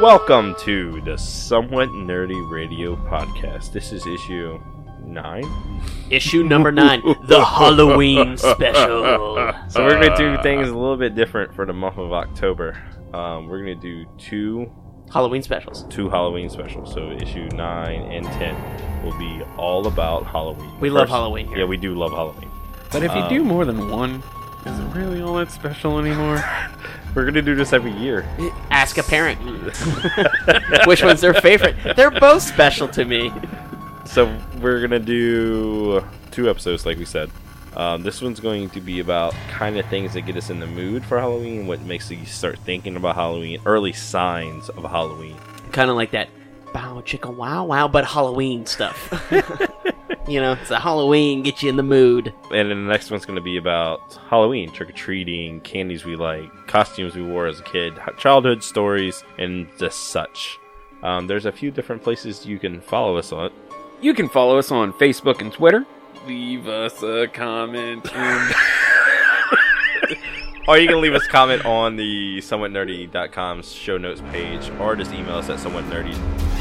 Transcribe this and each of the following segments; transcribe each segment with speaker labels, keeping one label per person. Speaker 1: Welcome to the Somewhat Nerdy Radio Podcast. This is issue nine.
Speaker 2: Issue number nine, the Halloween special.
Speaker 1: So we're going to
Speaker 2: Uh,
Speaker 1: do things a little bit different for the month of October. Um, we're going to do two
Speaker 2: Halloween specials.
Speaker 1: two Halloween specials. So issue nine and ten will be all about Halloween.
Speaker 2: We love Halloween here.
Speaker 1: Yeah, we do love Halloween.
Speaker 3: But if you
Speaker 1: Um,
Speaker 3: do more than one, is it really all that special anymore?
Speaker 1: We're going to do this every year.
Speaker 2: Ask a parent which one's their favorite. They're both special to me.
Speaker 1: So we're gonna do two episodes, like we said. Um, this one's going to be about kind of things that get us in the mood for Halloween, what makes you start thinking about Halloween, early signs of Halloween.
Speaker 2: Kind of like that bow chicka wow wow, but Halloween stuff. you know, it's a Halloween, get you in the mood.
Speaker 1: And then the next one's going to be about Halloween, trick or treating, candies we like, costumes we wore as a kid, h- childhood stories, and the such. Um, there's a few different places you can follow us on.
Speaker 3: You can follow us on Facebook and Twitter. Leave us a comment. And
Speaker 1: Or you can leave us a comment on the somewhatnerdy.com show notes page, or just email us at somewhatnerdy.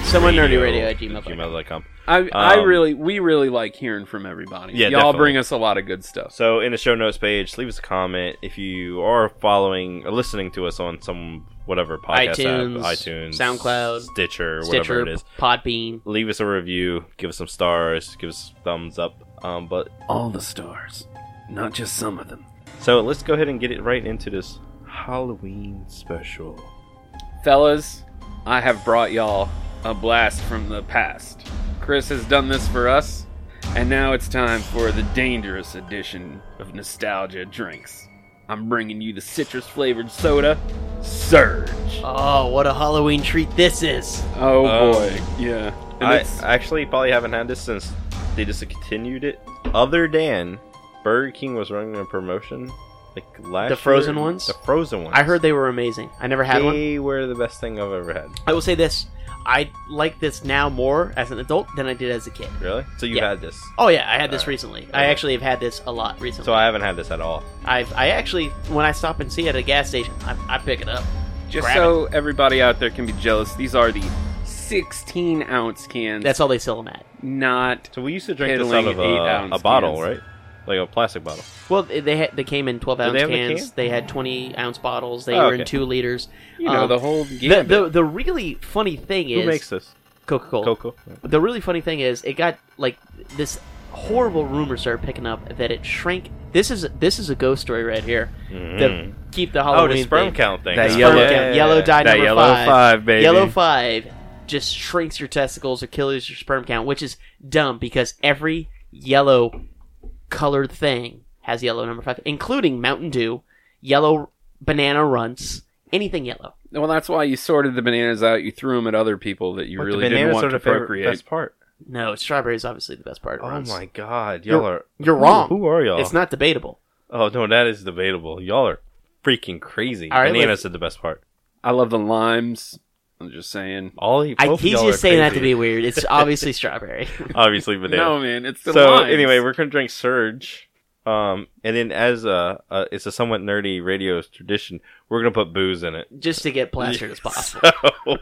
Speaker 2: Someone nerdy radio at gmail.
Speaker 1: gmail.com.
Speaker 3: I, I
Speaker 1: Um,
Speaker 3: really, we really like hearing from everybody.
Speaker 1: Yeah,
Speaker 3: y'all
Speaker 1: definitely.
Speaker 3: bring us a lot of good stuff.
Speaker 1: So in the show notes page, leave us a comment if you are following or listening to us on some whatever podcast
Speaker 2: iTunes,
Speaker 1: app, iTunes,
Speaker 2: SoundCloud,
Speaker 1: Stitcher, whatever
Speaker 2: Stitcher,
Speaker 1: it is.
Speaker 2: Podbean.
Speaker 1: Leave us a review, give us some stars, give us thumbs up. Um, but
Speaker 3: All the stars, not just some of them.
Speaker 1: so let's go ahead and get it right into this Halloween special.
Speaker 3: Fellas, I have brought y'all a blast from the past. Chris has done this for us, and now it's time for the dangerous edition of Nostalgia Drinks. I'm bringing you the citrus flavored soda, Surge.
Speaker 2: Oh, what a Halloween treat this is.
Speaker 3: Oh
Speaker 1: Um,
Speaker 3: boy, yeah. And
Speaker 1: I
Speaker 3: it's-
Speaker 1: actually probably haven't had this since they discontinued it. Other than Burger King was running a promotion like last
Speaker 2: The frozen
Speaker 1: year.
Speaker 2: ones?
Speaker 1: The frozen ones.
Speaker 2: I heard they were amazing. I never had one.
Speaker 1: they were the best thing I've ever had.
Speaker 2: I will say this. I like this now more as an adult than I did as a kid.
Speaker 1: Really? So you
Speaker 2: Yeah.
Speaker 1: had this.
Speaker 2: Oh yeah, I had this
Speaker 1: Alright.
Speaker 2: recently. I
Speaker 1: Alright.
Speaker 2: actually have had this a lot recently.
Speaker 1: So I haven't had this at all.
Speaker 2: I've, I actually, when I stop and see it at a gas station, I, I pick it up.
Speaker 3: just
Speaker 2: grab
Speaker 3: so everybody out there can be jealous, these are the 16 ounce cans,
Speaker 2: That's all they sell them at.
Speaker 3: not
Speaker 1: So we used to drink this out
Speaker 3: Piddling
Speaker 1: of
Speaker 3: eight
Speaker 1: a,
Speaker 3: ounce
Speaker 1: a bottle,
Speaker 3: cans.
Speaker 1: right? Like a plastic bottle.
Speaker 2: Well, they they, had, they came in twelve
Speaker 1: Did
Speaker 2: ounce
Speaker 1: they have the
Speaker 2: cans.
Speaker 1: can?
Speaker 2: They had twenty ounce bottles. They
Speaker 1: Oh,
Speaker 2: were in
Speaker 1: okay.
Speaker 2: two liters.
Speaker 3: you know
Speaker 2: Um,
Speaker 3: the whole
Speaker 2: the,
Speaker 3: gambit.
Speaker 2: the the really funny thing
Speaker 1: Who
Speaker 2: is
Speaker 1: makes this?
Speaker 2: Coca Cola.
Speaker 1: Coco.
Speaker 2: The really funny thing is it got like this horrible rumor started picking up that it shrank. This is this is a ghost story right here. The keep the
Speaker 1: Oh,
Speaker 2: Halloween
Speaker 1: the sperm
Speaker 2: thing.
Speaker 1: count thing.
Speaker 3: That
Speaker 1: Huh?
Speaker 3: yellow-
Speaker 2: Sperm count. Yellow dye
Speaker 1: That
Speaker 2: number
Speaker 1: yellow
Speaker 2: five.
Speaker 1: baby.
Speaker 2: Yellow five just shrinks your testicles or kills your sperm count, which is dumb because every yellow colored thing has yellow number five, including Mountain Dew, yellow banana runts, anything yellow.
Speaker 3: well, that's why you sorted the bananas out. You threw them at other people that you
Speaker 1: But the
Speaker 3: really didn't
Speaker 1: bananas
Speaker 3: want
Speaker 1: are
Speaker 3: to
Speaker 1: the favorite-
Speaker 3: procreate.
Speaker 1: Best part.
Speaker 2: No, strawberry is obviously the best part of
Speaker 1: Oh
Speaker 2: runts.
Speaker 1: my god, y'all are
Speaker 2: You're wrong.
Speaker 1: Who are y'all?
Speaker 2: It's not debatable.
Speaker 1: Oh no, that is debatable. Y'all are freaking crazy.
Speaker 2: All right,
Speaker 1: Bananas
Speaker 2: let's-
Speaker 1: are the best part.
Speaker 3: I love the limes. I'm just saying.
Speaker 1: All he,
Speaker 2: I,
Speaker 1: both of
Speaker 2: he's
Speaker 1: y'all
Speaker 2: just
Speaker 1: are
Speaker 2: saying that to
Speaker 1: crazy.
Speaker 2: be weird. It's obviously strawberry.
Speaker 1: obviously banana.
Speaker 3: No, man, it's the
Speaker 1: so
Speaker 3: limes.
Speaker 1: anyway, we're gonna drink Surge, um, and then as a, a it's a somewhat nerdy radio tradition, we're gonna put booze in it.
Speaker 2: Just to get plastered as possible.
Speaker 1: So,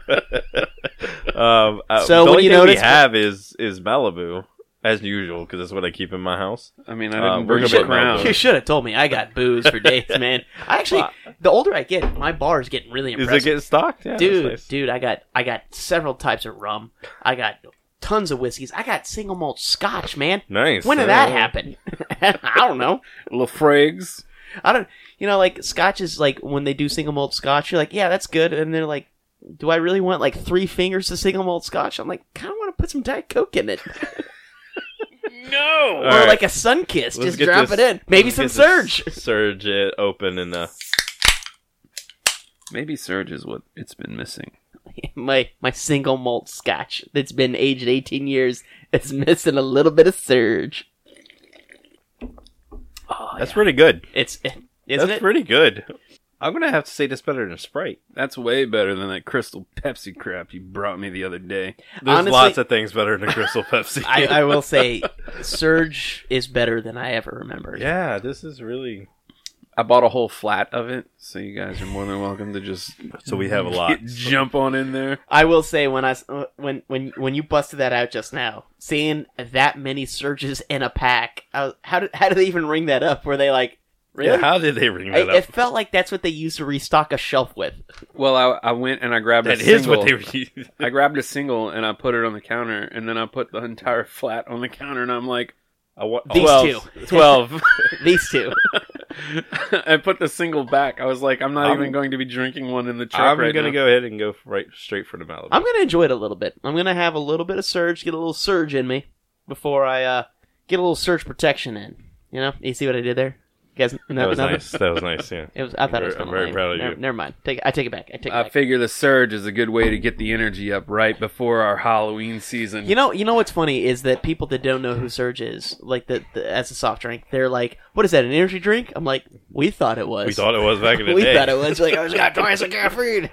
Speaker 1: um, uh,
Speaker 2: So
Speaker 1: the
Speaker 2: what
Speaker 1: only
Speaker 2: you
Speaker 1: thing we
Speaker 2: notice-
Speaker 1: have is is Malibu as usual because that's what I keep in my house.
Speaker 3: I mean, I
Speaker 1: Uh,
Speaker 3: didn't
Speaker 1: we're
Speaker 3: bring
Speaker 1: gonna
Speaker 3: the
Speaker 1: put Malibu.
Speaker 3: crown.
Speaker 2: You should have told me. I got booze for days, man. I actually, the older I get, my bar is getting really
Speaker 1: Is
Speaker 2: impressive.
Speaker 1: it getting stocked? Yeah, that's
Speaker 2: dude,
Speaker 1: nice.
Speaker 2: dude, I got I got several types of rum. I got tons of whiskeys. I got single malt Scotch, man.
Speaker 1: nice.
Speaker 2: When did
Speaker 1: Yeah.
Speaker 2: that happen? I don't know.
Speaker 3: Lafrags.
Speaker 2: I don't. You know, like Scotch is like when they do single malt Scotch, you're like, yeah, that's good, and they're like. Do I really want like three fingers to single malt scotch? I'm like, kind of want to put some Diet Coke in it,
Speaker 3: No.
Speaker 2: or
Speaker 1: right.
Speaker 2: like a sun kiss.
Speaker 1: Let's
Speaker 2: Just
Speaker 1: get
Speaker 2: drop
Speaker 1: this-
Speaker 2: it in, maybe
Speaker 1: Let's
Speaker 2: some
Speaker 1: get this
Speaker 2: surge.
Speaker 1: Surge it open and uh,
Speaker 3: Maybe Surge is what it's been missing.
Speaker 2: my my single malt scotch that's been aged 18 years is missing a little bit of surge. Oh,
Speaker 1: that's pretty good.
Speaker 2: yeah. it's isn't
Speaker 1: that's
Speaker 2: it?
Speaker 1: pretty good. I'm gonna have to say this better than Sprite.
Speaker 3: That's way better than that crystal Pepsi crap you brought me the other day.
Speaker 1: There's
Speaker 2: Honestly-
Speaker 1: lots of things better than Crystal Pepsi.
Speaker 2: I, I will say, surge is better than I ever remembered.
Speaker 1: yeah, this is really
Speaker 3: I bought a whole flat of it, so you guys are more than welcome to just
Speaker 1: So we
Speaker 2: Mm-hmm.
Speaker 1: have a lot.
Speaker 3: jump on in there.
Speaker 2: I will say when I s- uh, when when when you busted that out just now, seeing that many surges in a pack, I was, how did how did they even ring that up? Were they like
Speaker 1: Yeah,
Speaker 2: really?
Speaker 1: how did they ring
Speaker 2: I-
Speaker 1: that
Speaker 2: it
Speaker 1: up?
Speaker 2: felt like that's what they used to restock a shelf with.
Speaker 3: Well, I, I went and I grabbed
Speaker 1: That
Speaker 3: a
Speaker 1: is
Speaker 3: single.
Speaker 1: what they were using.
Speaker 3: I grabbed a single and I put it on the counter, and then I put the entire flat on the counter, and I'm like,
Speaker 1: I want,
Speaker 2: These
Speaker 1: Oh, well,
Speaker 2: two,
Speaker 3: twelve.
Speaker 2: these two.
Speaker 3: I put the single back. I was like, I'm not
Speaker 1: I'm-
Speaker 3: even going to be drinking one in the truck
Speaker 1: I'm
Speaker 3: right
Speaker 1: gonna
Speaker 3: now.
Speaker 1: go ahead and go f- right straight for the Malibu.
Speaker 2: I'm gonna enjoy it a little bit. I'm gonna have a little bit of surge, get a little surge in me before I uh, get a little surge protection in. You know, you see what I did there? You guys,
Speaker 1: that
Speaker 2: no,
Speaker 1: was
Speaker 2: no-
Speaker 1: nice. That was nice. Yeah.
Speaker 2: It was. I thought it was.
Speaker 1: I'm
Speaker 2: kinda
Speaker 1: very
Speaker 2: lame.
Speaker 1: proud of
Speaker 2: never,
Speaker 1: you.
Speaker 2: Never mind. Take. it- I take it back. I take it
Speaker 3: I
Speaker 2: back.
Speaker 3: figure the surge is a good way to get the energy up right before our Halloween season.
Speaker 2: You know, you know what's funny is that people that don't know who Surge is, like the, the as a soft drink, they're like, "What is that? An energy drink?" I'm like, "We thought it was.
Speaker 1: We thought it was back in the
Speaker 2: We
Speaker 1: day.
Speaker 2: thought it was. Like, oh, it's got twice the caffeine."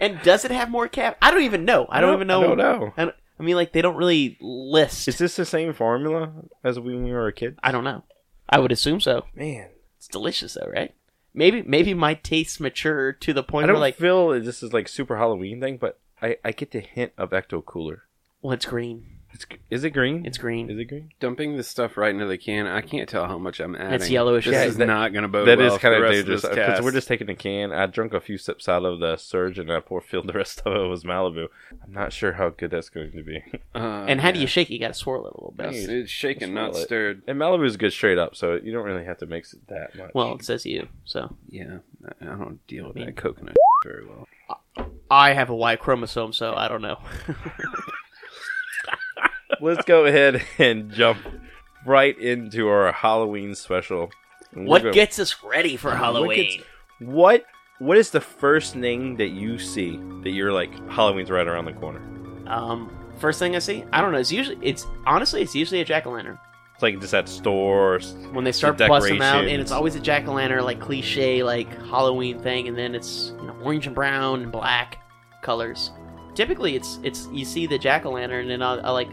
Speaker 2: and does it have more cap? I don't even know. I don't even know.
Speaker 1: I don't know.
Speaker 2: I, don't- I mean, like they don't really list.
Speaker 1: Is this the same formula as when we were a kid?
Speaker 2: I don't know. I would assume so.
Speaker 1: Man,
Speaker 2: It's delicious though, right? Maybe maybe my tastes mature to
Speaker 1: I
Speaker 2: the point where
Speaker 1: don't
Speaker 2: like,
Speaker 1: feel that this is like super Halloween thing, but I, I get the hint of Ecto Cooler.
Speaker 2: well, it's green.
Speaker 1: It's, is it green?
Speaker 2: It's green.
Speaker 1: Is it green?
Speaker 3: dumping the stuff right into the can, I can't tell how much I'm adding.
Speaker 2: It's yellowish.
Speaker 3: This
Speaker 1: Yeah,
Speaker 3: is
Speaker 1: that-
Speaker 3: not going to bode
Speaker 1: That
Speaker 3: well
Speaker 1: is
Speaker 3: kind of
Speaker 1: dangerous because
Speaker 3: because
Speaker 1: we're just taking a can. I drunk a few sips out of the surge and I pour filled the rest of it was Malibu. I'm not sure how good that's going to be.
Speaker 2: and how do you shake it? You got to swirl it a little bit.
Speaker 1: Yes.
Speaker 3: Uh, It's
Speaker 1: Let's
Speaker 3: shaken, not
Speaker 1: roll it.
Speaker 3: stirred.
Speaker 1: And Malibu's good straight up, so you don't really have to mix it that much.
Speaker 2: Well, it says you. So
Speaker 3: Yeah, I- I don't deal with
Speaker 2: I mean-
Speaker 3: that coconut very well.
Speaker 2: I have a Y chromosome, so I don't know.
Speaker 1: let's go ahead and jump right into our Halloween special. We're
Speaker 2: What
Speaker 1: gonna-
Speaker 2: gets us ready for
Speaker 1: What
Speaker 2: Halloween?
Speaker 1: gets- what what is the first thing that you see that you're like Halloween's right around the corner?
Speaker 2: Um, first thing I see, I don't know. It's usually, it's honestly, it's usually a jack o' lantern
Speaker 1: It's like just at stores.
Speaker 2: when they start busting them out, and
Speaker 1: decorations.
Speaker 2: it's always a jack o' lantern, like cliche, like Halloween thing, and then it's you know orange and brown and black colors. Typically, it's it's you see the jack o' lantern, and I, I like,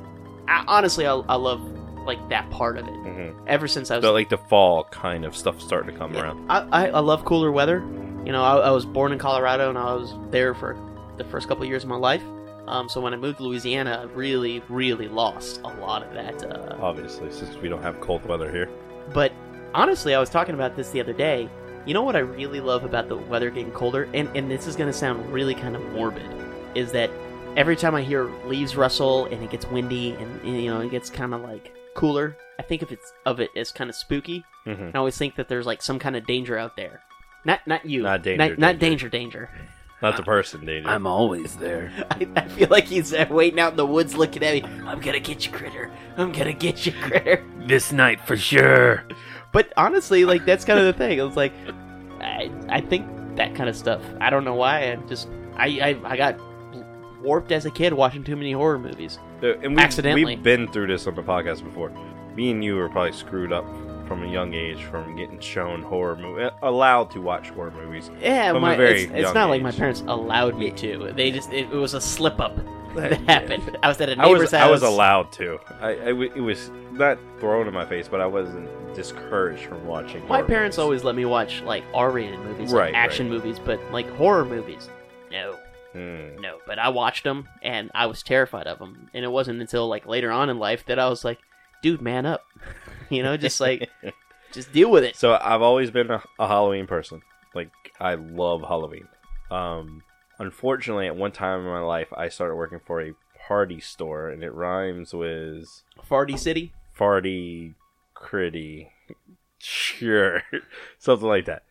Speaker 2: I, honestly, I, I love like that part of it.
Speaker 1: hmm
Speaker 2: Ever since I was
Speaker 1: But like the fall kind of stuff starting to come
Speaker 2: Yeah.
Speaker 1: around.
Speaker 2: I, I, I love cooler weather. You know, I, I was born in Colorado and I was there for the first couple years of my life. Um, so when I moved to Louisiana, I really, really lost a lot of that. Uh,
Speaker 1: Obviously, since we don't have cold weather here.
Speaker 2: but honestly, I was talking about this the other day. You know what I really love about the weather getting colder, and, and this is going to sound really kind of morbid, is that every time I hear leaves rustle and it gets windy and, and you know it gets kind of like cooler, I think of it's of it as kind of spooky.
Speaker 1: Mm-hmm.
Speaker 2: I always think that there's like some kind of danger out there. Not not you.
Speaker 1: Not danger,
Speaker 2: Not, not
Speaker 1: danger.
Speaker 2: danger. danger.
Speaker 1: Not the person, danger.
Speaker 3: always there.
Speaker 2: I, I feel like he's uh, waiting out in the woods, looking at me. I'm gonna get you, critter. I'm gonna get you, critter.
Speaker 3: This night for sure.
Speaker 2: But honestly, like that's kind of the thing. It was like, I I think that kind of stuff. I don't know why. I just I I, I got warped as a kid watching too many horror movies.
Speaker 1: Uh, and we,
Speaker 2: Accidentally.
Speaker 1: We've been through this on the podcast before. Me and you were probably screwed up from a young age from getting shown horror movies, eh, allowed to watch horror movies.
Speaker 2: Yeah,
Speaker 1: From a
Speaker 2: my,
Speaker 1: very
Speaker 2: it's, it's
Speaker 1: young
Speaker 2: not like my
Speaker 1: age.
Speaker 2: parents allowed me to. They just it, it was a slip up that happened. I was at a
Speaker 1: I
Speaker 2: neighbor's
Speaker 1: was I was
Speaker 2: house.
Speaker 1: allowed to. I, I w- it was not thrown in my face, but I wasn't discouraged from watching.
Speaker 2: My
Speaker 1: horror
Speaker 2: parents
Speaker 1: movies.
Speaker 2: always let me watch like R-rated movies, like,
Speaker 1: Right,
Speaker 2: action movies, but like horror movies, no,
Speaker 1: Hmm.
Speaker 2: no. But I watched them and I was terrified of them. And it wasn't until like later on in life that I was like, dude, man up, you know, just like just deal with it.
Speaker 1: So I've always been a, a Halloween person. Like I love Halloween. Um, unfortunately, at one time in my life, I started working for a party store, and it rhymes with
Speaker 2: Farty City,
Speaker 1: farty, critty, sure, something like that.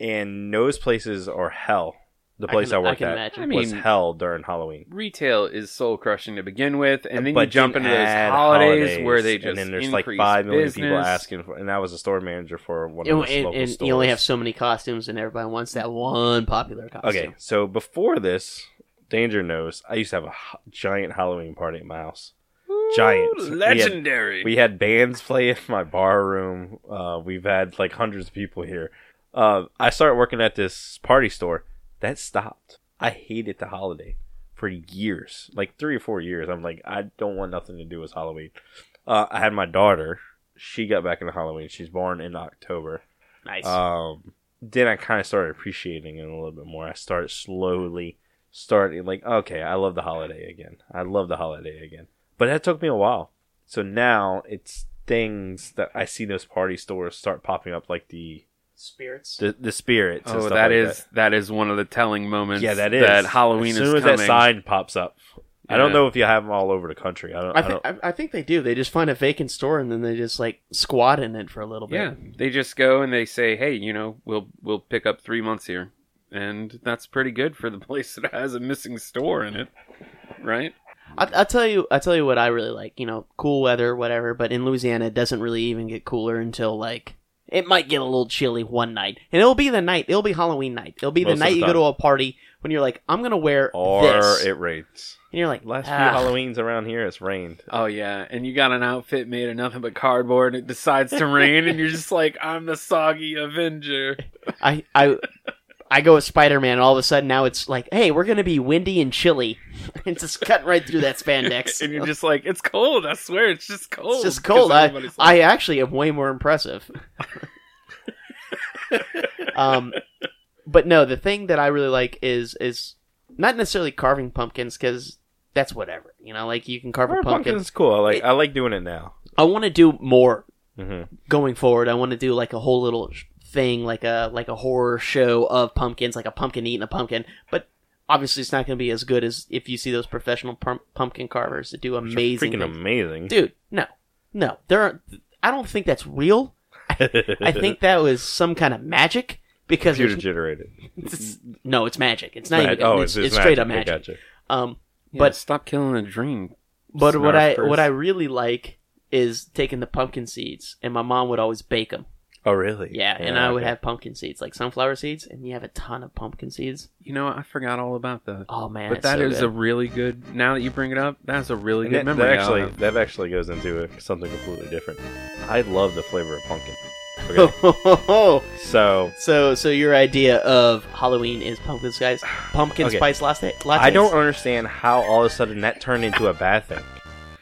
Speaker 1: And those places are hell. The place I,
Speaker 2: can- I
Speaker 1: worked
Speaker 2: can
Speaker 1: at
Speaker 2: imagine.
Speaker 3: I
Speaker 1: was
Speaker 3: mean-
Speaker 1: hell during Halloween.
Speaker 3: Retail is soul crushing to begin with, and then you
Speaker 1: But
Speaker 3: jump into those
Speaker 1: add
Speaker 3: holidays, where they just
Speaker 1: and then there's like
Speaker 3: increase
Speaker 1: five million people
Speaker 3: business.
Speaker 1: asking for. And I was a store manager for one of
Speaker 2: and,
Speaker 1: those local
Speaker 2: and
Speaker 1: stores.
Speaker 2: you only have so many costumes, and everybody wants that one popular costume.
Speaker 1: okay, so before this, Danger knows I used to have a h- giant Halloween party at my house. Giants. We had-
Speaker 3: legendary.
Speaker 1: We had bands play in my bar room. Uh, we've had like hundreds of people here. Uh, I started working at this party store. That stopped. I hated the holiday for years, like three or four years. I'm like, I don't want nothing to do with Halloween. Uh, I had my daughter. She got back into Halloween. She's born in October.
Speaker 2: Nice.
Speaker 1: Um, then I kind of started appreciating it a little bit more. I started slowly starting like, okay, I love the holiday again. I love the holiday again. But that took me a while. So now it's things that I see those party stores start popping up, like the
Speaker 2: Spirits.
Speaker 1: the, the spirits. and
Speaker 3: Oh,
Speaker 1: stuff
Speaker 3: that
Speaker 1: like
Speaker 3: is that is one of the telling moments.
Speaker 1: yeah, that is
Speaker 3: that Halloween
Speaker 1: As soon
Speaker 3: is
Speaker 1: as
Speaker 3: coming.
Speaker 1: that sign pops up, I don't
Speaker 3: Yeah.
Speaker 1: know if you have them all over the country. I don't. I,
Speaker 2: I, thi-
Speaker 1: don't.
Speaker 2: I, I think they do. They just find a vacant store and then they just like squat in it for a little bit.
Speaker 3: Yeah, they just go and they say, "Hey, you know, we'll we'll pick up three months here," and that's pretty good for the place that has a missing store in it, right?
Speaker 2: I, I'll tell you, I tell you what I really like. You know, cool weather, whatever. But in Louisiana, it doesn't really even get cooler until like it might get a little chilly one night, and it'll be the night. It'll be Halloween night. It'll be
Speaker 1: Most of
Speaker 2: the night
Speaker 1: the
Speaker 2: you
Speaker 1: time.
Speaker 2: go to a party when you're like, I'm gonna wear
Speaker 1: or
Speaker 2: this,
Speaker 1: it rains.
Speaker 2: and you're like,
Speaker 1: Last
Speaker 2: "Ah."
Speaker 1: few Halloweens around here, it's rained.
Speaker 3: Oh yeah, and you got an outfit made of nothing but cardboard, and it decides to rain, and you're just like, "I'm the soggy Avenger."
Speaker 2: I I I go with Spider Man, and all of a sudden now it's like, hey, we're gonna be windy and chilly. it's just cutting right through that spandex.
Speaker 3: and you're just like, "It's cold. I swear, it's just cold.
Speaker 2: it's just cold.
Speaker 3: 'Cause
Speaker 2: I,
Speaker 3: everybody's like-
Speaker 2: I actually am way more impressive. um, but no, the thing that I really like is is not necessarily carving pumpkins because that's whatever you know. Like you can carve a
Speaker 1: Pumpkin's
Speaker 2: pumpkin.
Speaker 1: cool. I like.
Speaker 2: It-
Speaker 1: I like doing it now.
Speaker 2: I want to do more
Speaker 1: hmm
Speaker 2: going forward. I want to do like a whole little sh- thing, like a like a horror show of pumpkins, like a pumpkin eating a pumpkin. But obviously, it's not going to be as good as if you see those professional pump pumpkin carvers that do amazing.
Speaker 1: Freaking
Speaker 2: things.
Speaker 1: amazing.
Speaker 2: Dude, no, no, there. Are, I don't think that's real. I think that was some kind of magic because
Speaker 1: computer
Speaker 2: there's-
Speaker 1: generated. Oh,
Speaker 2: it's, no, it's magic. It's not
Speaker 1: Mag-
Speaker 2: even. it's, it's straight up magic.
Speaker 1: Gotcha.
Speaker 2: Um,
Speaker 3: Yeah,
Speaker 2: but-
Speaker 3: stop killing a dream.
Speaker 2: but what
Speaker 3: Snarf
Speaker 2: I
Speaker 3: first.
Speaker 2: what I really like is taking the pumpkin seeds, and my mom would always bake them.
Speaker 1: Oh, really?
Speaker 2: Yeah, and I would
Speaker 1: okay.
Speaker 2: have pumpkin seeds, like sunflower seeds, and you have a ton of pumpkin seeds.
Speaker 3: You know, I forgot all about that.
Speaker 2: Oh man,
Speaker 3: But
Speaker 2: it's
Speaker 3: that
Speaker 2: so
Speaker 3: is a
Speaker 2: good.
Speaker 3: really good. Now that you bring it up, that's a really
Speaker 1: And
Speaker 3: good
Speaker 1: that, that
Speaker 3: memory. I
Speaker 1: actually,
Speaker 3: have.
Speaker 1: that actually goes into a, something completely different. I love the flavor of pumpkin. Okay.
Speaker 2: Okay.
Speaker 1: so
Speaker 2: so so your idea of Halloween is pumpkin spice pumpkin
Speaker 1: Okay.
Speaker 2: spice latte. Lattes.
Speaker 1: I don't understand how all of a sudden that turned into a bad thing.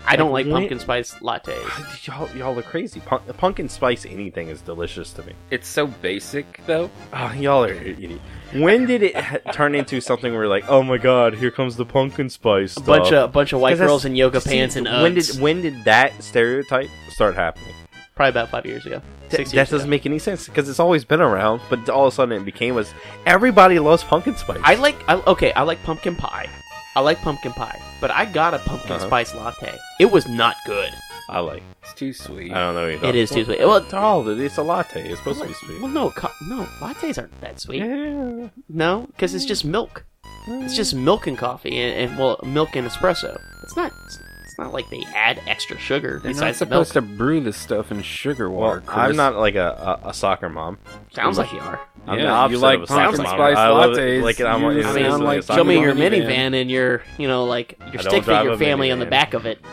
Speaker 2: I don't
Speaker 1: like,
Speaker 2: like
Speaker 1: when-
Speaker 2: pumpkin spice lattes.
Speaker 1: Y'all, y'all are crazy. Punk, pumpkin spice anything is delicious to me.
Speaker 3: it's so basic though.
Speaker 1: Oh, y'all are idiot. When did it ha- turn into something where like, oh my god, here comes the pumpkin spice
Speaker 2: A
Speaker 1: stuff?
Speaker 2: bunch of bunch of white
Speaker 1: 'Cause that's-
Speaker 2: girls in yoga
Speaker 1: See,
Speaker 2: pants and Uggs.
Speaker 1: when did when did that stereotype start happening?
Speaker 2: Probably about five years ago.
Speaker 1: Th-
Speaker 2: Six
Speaker 1: that
Speaker 2: years
Speaker 1: doesn't
Speaker 2: ago.
Speaker 1: make any sense because it's always been around, but all of a sudden it became was everybody loves pumpkin spice.
Speaker 2: I like. I, okay, I like pumpkin pie. I like pumpkin pie, but I got a pumpkin
Speaker 1: Uh-huh.
Speaker 2: spice latte. It was not good.
Speaker 1: I like.
Speaker 3: It's too sweet.
Speaker 1: I
Speaker 2: Uh,
Speaker 1: don't know.
Speaker 2: It is too sweet. Well,
Speaker 1: It's all. It's a latte. It's supposed to be
Speaker 2: well,
Speaker 1: sweet.
Speaker 2: no, co- no, lattes aren't that sweet.
Speaker 1: Yeah.
Speaker 2: No, because it's just milk. It's just milk and coffee, and, and well, milk and espresso. It's not. It's, it's not like they add extra sugar
Speaker 3: They're not
Speaker 2: besides the milk.
Speaker 3: supposed to brew this stuff in sugar
Speaker 1: Well,
Speaker 3: water.
Speaker 1: I'm
Speaker 3: Chris.
Speaker 1: not like a, a, a soccer mom.
Speaker 2: Sounds like you are.
Speaker 1: I'm
Speaker 3: Yeah,
Speaker 1: the opposite
Speaker 3: you like
Speaker 1: of a soccer
Speaker 3: pumpkin
Speaker 1: mom.
Speaker 3: spice
Speaker 1: I love it.
Speaker 3: lattes.
Speaker 1: Like, I'm-
Speaker 3: you
Speaker 1: it's
Speaker 3: sound
Speaker 1: basically
Speaker 3: like
Speaker 1: a soccer
Speaker 2: Show me
Speaker 1: mom.
Speaker 2: your
Speaker 3: minivan.
Speaker 2: minivan and your, you know, like your
Speaker 1: I don't
Speaker 2: stick
Speaker 1: drive
Speaker 2: figure
Speaker 1: a
Speaker 2: family on the
Speaker 1: minivan.
Speaker 2: back of it.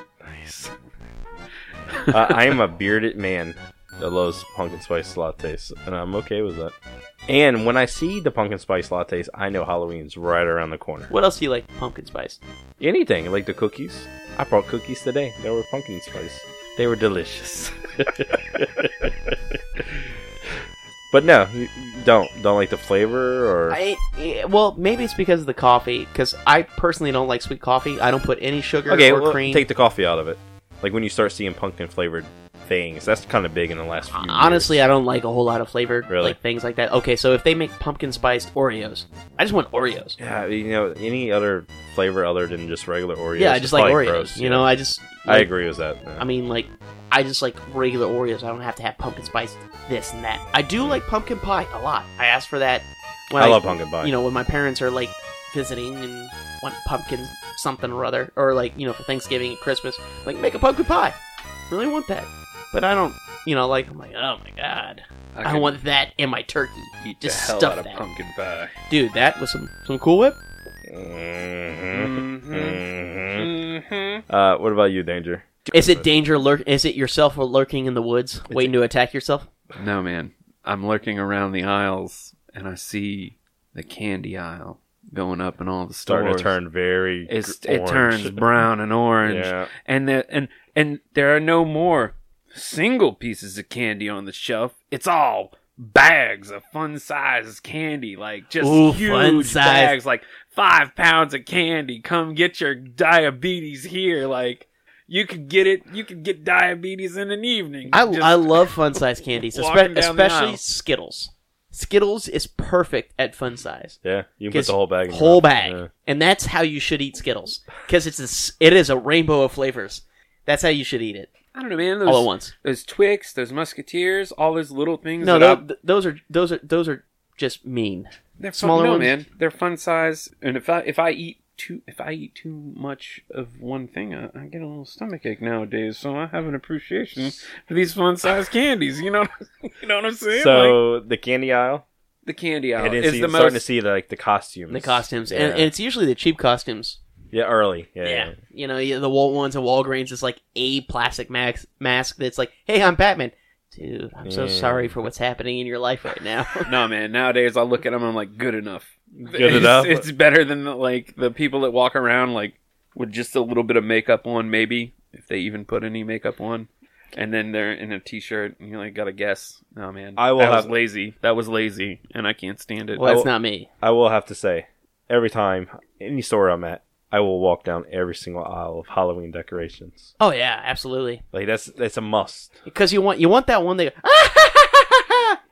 Speaker 1: Uh, I am a bearded man that loves pumpkin spice lattes, and I'm okay with that. And when I see the pumpkin spice lattes, I know Halloween's right around the corner.
Speaker 2: What else do you like? Pumpkin spice.
Speaker 1: Anything like the cookies. I brought cookies today. They were pumpkin spice. They were delicious. but no, you- you don't don't like the flavor or
Speaker 2: I eh, well, maybe it's because of the coffee. Because I personally don't like sweet coffee. I don't put any sugar
Speaker 1: okay.
Speaker 2: or
Speaker 1: well,
Speaker 2: cream.
Speaker 1: Take the coffee out of it. Like when you start seeing pumpkin flavored things, that's kind of big in the last few.
Speaker 2: Honestly,
Speaker 1: years.
Speaker 2: I don't like a whole lot of flavored
Speaker 1: Really?
Speaker 2: like things like that. Okay, so if they make pumpkin spiced Oreos, I just want Oreos.
Speaker 1: yeah, you know, any other flavor other than just regular Oreos.
Speaker 2: yeah, I
Speaker 1: is
Speaker 2: just like
Speaker 1: probably
Speaker 2: Oreos.
Speaker 1: gross,
Speaker 2: you
Speaker 1: yeah.
Speaker 2: know, I just
Speaker 1: I
Speaker 2: like,
Speaker 1: agree with that. yeah.
Speaker 2: I mean, like I just like regular Oreos. I don't have to have pumpkin spice this and that. I do like pumpkin pie a lot. I ask for that. When
Speaker 1: Hmm. I love pumpkin pie.
Speaker 2: You know, when my parents are like visiting and want pumpkin something or other, or like you know for Thanksgiving and Christmas, like make a pumpkin pie. Really want that, but I don't. You know, like I'm like, oh my god, I,
Speaker 3: could
Speaker 2: want that in my turkey,
Speaker 3: eat
Speaker 2: just
Speaker 3: the hell
Speaker 2: stuff
Speaker 3: out of
Speaker 2: that.
Speaker 3: pumpkin pie.
Speaker 2: dude. That was some some Cool Whip.
Speaker 1: Mhm.
Speaker 3: Mm-hmm.
Speaker 1: Mhm.
Speaker 3: Mm-hmm.
Speaker 1: Uh, what about you, Danger?
Speaker 2: Is it danger lurk? Is it yourself lurking in the woods, waiting to attack yourself?
Speaker 3: No, man. I'm lurking around the aisles and I see the candy aisle going up in all the stores.
Speaker 1: Starting to turn very.
Speaker 3: It's,
Speaker 1: gr-
Speaker 3: it
Speaker 1: orange.
Speaker 3: turns brown and orange.
Speaker 1: Yeah.
Speaker 3: and the and and there are no more single pieces of candy on the shelf. It's all bags of fun size candy, like just
Speaker 2: Ooh, fun
Speaker 3: huge
Speaker 2: size.
Speaker 3: bags, like five pounds of candy. Come get your diabetes here. Like you could get it, you could get diabetes in an evening.
Speaker 2: I,
Speaker 3: Just-
Speaker 2: I love fun size candies,
Speaker 3: walking
Speaker 2: espe-
Speaker 3: down the
Speaker 2: especially
Speaker 3: aisle.
Speaker 2: Skittles. Skittles is perfect at fun size.
Speaker 1: Yeah, you can put
Speaker 2: 'Cause
Speaker 1: the whole bag. In your
Speaker 2: Whole
Speaker 1: mouth.
Speaker 2: bag,
Speaker 1: Yeah.
Speaker 2: and that's how you should eat Skittles because it's a s it is a rainbow of flavors. That's how you should eat it
Speaker 3: I don't know, man. Those,
Speaker 2: all at once.
Speaker 3: those Twix, those Musketeers, all those little things.
Speaker 2: No,
Speaker 3: that I-
Speaker 2: tho- th- those are those are those are just mean.
Speaker 3: They're fun-
Speaker 2: Smaller
Speaker 3: no,
Speaker 2: ones?
Speaker 3: man. They're fun size, and if I if I eat too if I eat too much of one thing, I, I get a little stomach ache nowadays. So I have an appreciation for these fun size candies. You know, what- you know what I'm saying? Like,
Speaker 1: So the candy aisle,
Speaker 3: the candy aisle
Speaker 1: and then
Speaker 3: is
Speaker 1: see,
Speaker 3: the
Speaker 1: starting to
Speaker 3: most.
Speaker 1: see like the costumes,
Speaker 2: The costumes,
Speaker 1: yeah.
Speaker 2: and, and it's usually the cheap costumes.
Speaker 1: yeah, early, yeah,
Speaker 2: Yeah, you know you- the Walt ones at Walgreens is like a plastic max- mask that's like, "Hey, I'm Batman." Dude, I'm so
Speaker 1: Yeah.
Speaker 2: sorry for what's happening in your life right now.
Speaker 3: No, man. Nowadays, I look at them. I'm like, good enough.
Speaker 1: good
Speaker 3: it's,
Speaker 1: enough.
Speaker 3: It's better than the, like the people that walk around like with just a little bit of makeup on, maybe if they even put any makeup on, and then they're in a t-shirt. And you like gotta guess. No, man.
Speaker 1: I will
Speaker 3: that was
Speaker 1: have-
Speaker 3: lazy. That was lazy, and I can't stand it.
Speaker 2: well,
Speaker 1: I
Speaker 2: that's
Speaker 1: will-
Speaker 2: not me.
Speaker 1: I will have to say, every time any store I'm at, I will walk down every single aisle of Halloween decorations.
Speaker 2: Oh yeah, absolutely.
Speaker 1: Like that's that's a must.
Speaker 2: Because you want you want that one that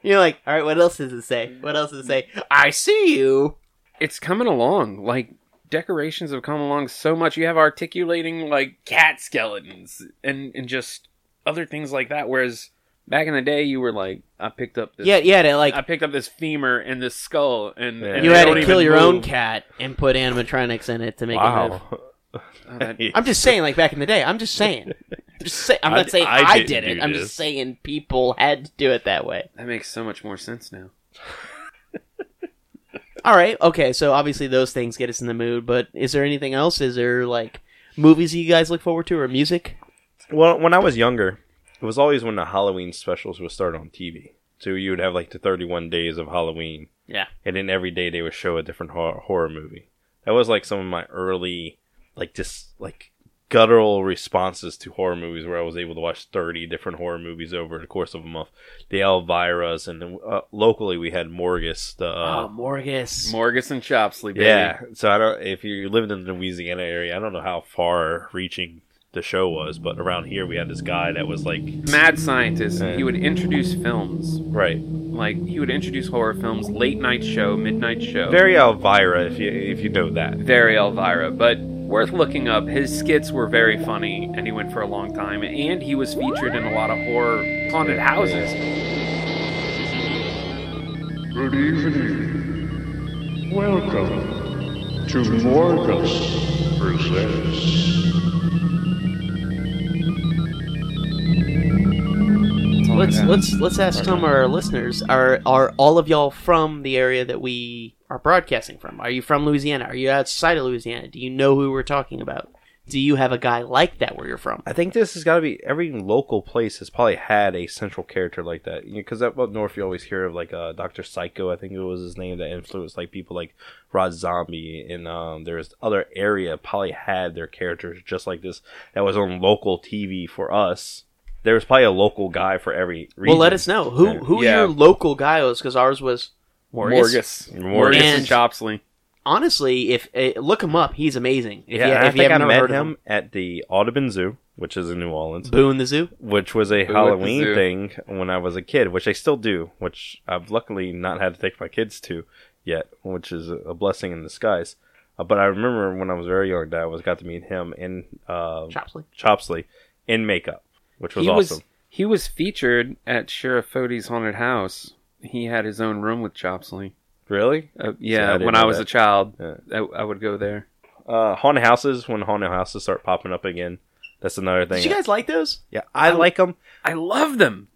Speaker 2: you're like, all right, what else does it say? What else does it say? I see you.
Speaker 3: it's coming along. Like decorations have come along so much. You have articulating like cat skeletons and and just other things like that. Whereas back in the day, you were like, I picked up this.
Speaker 2: Yeah, yeah. To, like
Speaker 3: I picked up this femur and this skull, and,
Speaker 1: Yeah.
Speaker 3: and
Speaker 2: you
Speaker 3: they
Speaker 2: had
Speaker 3: don't
Speaker 2: to
Speaker 3: even
Speaker 2: kill your own
Speaker 3: move.
Speaker 2: cat and put animatronics in it to make it move.
Speaker 1: Wow.
Speaker 3: Oh, that-
Speaker 2: I'm just saying, like back in the day. I'm just saying. Just say, I'm
Speaker 1: I-
Speaker 2: not saying
Speaker 1: I
Speaker 2: I,
Speaker 1: didn't
Speaker 2: did it.
Speaker 1: do
Speaker 2: I'm
Speaker 1: this.
Speaker 2: just saying people had to do it that way.
Speaker 3: That makes so much more sense now.
Speaker 2: All right, okay. So obviously those things get us in the mood. But is there anything else? Is there like movies you guys look forward to or music?
Speaker 1: Well, when I was younger, it was always when the Halloween specials would start on TV. So you would have like the 31 days of Halloween.
Speaker 2: Yeah.
Speaker 1: And then every day they would show a different horror, horror movie. That was like some of my early, like just like guttural responses to horror movies where I was able to watch 30 different horror movies over the course of a month. The Elvira's, and then, uh, locally we had Morgus, the. Uh,
Speaker 2: oh, Morgus.
Speaker 3: Morgus and Chopsley, baby.
Speaker 1: yeah, so I don't. If you lived in the Louisiana area, I don't know how far-reaching the show was, but around here we had this guy that was like
Speaker 3: Mad scientist.
Speaker 1: Yeah.
Speaker 3: He would introduce films,
Speaker 1: Right.
Speaker 3: like he would introduce horror films, late night show, midnight show.
Speaker 1: Very Elvira, if you if you know that.
Speaker 3: very Elvira, but worth looking up. His skits were very funny, and he went for a long time. And he was featured in a lot of horror haunted houses.
Speaker 4: Good evening. Welcome to Morgus Presents.
Speaker 2: Let's let's let's ask some of our listeners: Are are all of y'all from the area that we are broadcasting from? Are you from Louisiana? Are you outside of Louisiana? Do you know who we're talking about? Do you have a guy like that where you're from?
Speaker 1: I think this has got to be every local place has probably had a central character like that. Because up up north, you always hear of like uh, Doctor Psycho. I think it was his name that influenced like people like Rod Zombie, and um, there's other area probably had their characters just like this that was on local TV for us. There was probably a local guy for every. Region.
Speaker 2: Well, let us know who
Speaker 1: Yeah.
Speaker 2: who
Speaker 3: Yeah.
Speaker 2: your local guy was because ours was Morgus.
Speaker 3: Morgus,
Speaker 1: Morgus.
Speaker 3: Morgus and
Speaker 2: And-
Speaker 3: Chopsley.
Speaker 2: Honestly, if uh, look him up, he's amazing. If
Speaker 1: Yeah,
Speaker 2: you,
Speaker 1: and
Speaker 2: if
Speaker 1: I
Speaker 2: you
Speaker 1: think I
Speaker 2: haven't
Speaker 1: met
Speaker 2: heard of
Speaker 1: him at the Audubon Zoo, which is in New Orleans.
Speaker 2: Boo in the Zoo.
Speaker 1: which was a
Speaker 3: the zoo.
Speaker 1: Halloween thing when I was a kid, which I still do, which I've luckily not had to take my kids to yet, which is a blessing in disguise. Uh, but I remember when I was very young that I was got to meet him in uh,
Speaker 2: Chopsley.
Speaker 1: Chopsley in makeup, which was
Speaker 3: he
Speaker 1: awesome.
Speaker 3: was he was featured at Sheriff Fody's haunted house. He had his own room with Chopsley.
Speaker 1: Really?
Speaker 3: Uh,
Speaker 1: I
Speaker 3: yeah,
Speaker 1: didn't
Speaker 3: when I
Speaker 1: know
Speaker 3: was
Speaker 1: that.
Speaker 3: a child,
Speaker 1: Yeah.
Speaker 3: I, I would go there.
Speaker 1: Uh, haunted houses when haunted houses start popping up again. That's another thing.
Speaker 2: Did you guys like those?
Speaker 1: yeah, I like them.
Speaker 3: I love them.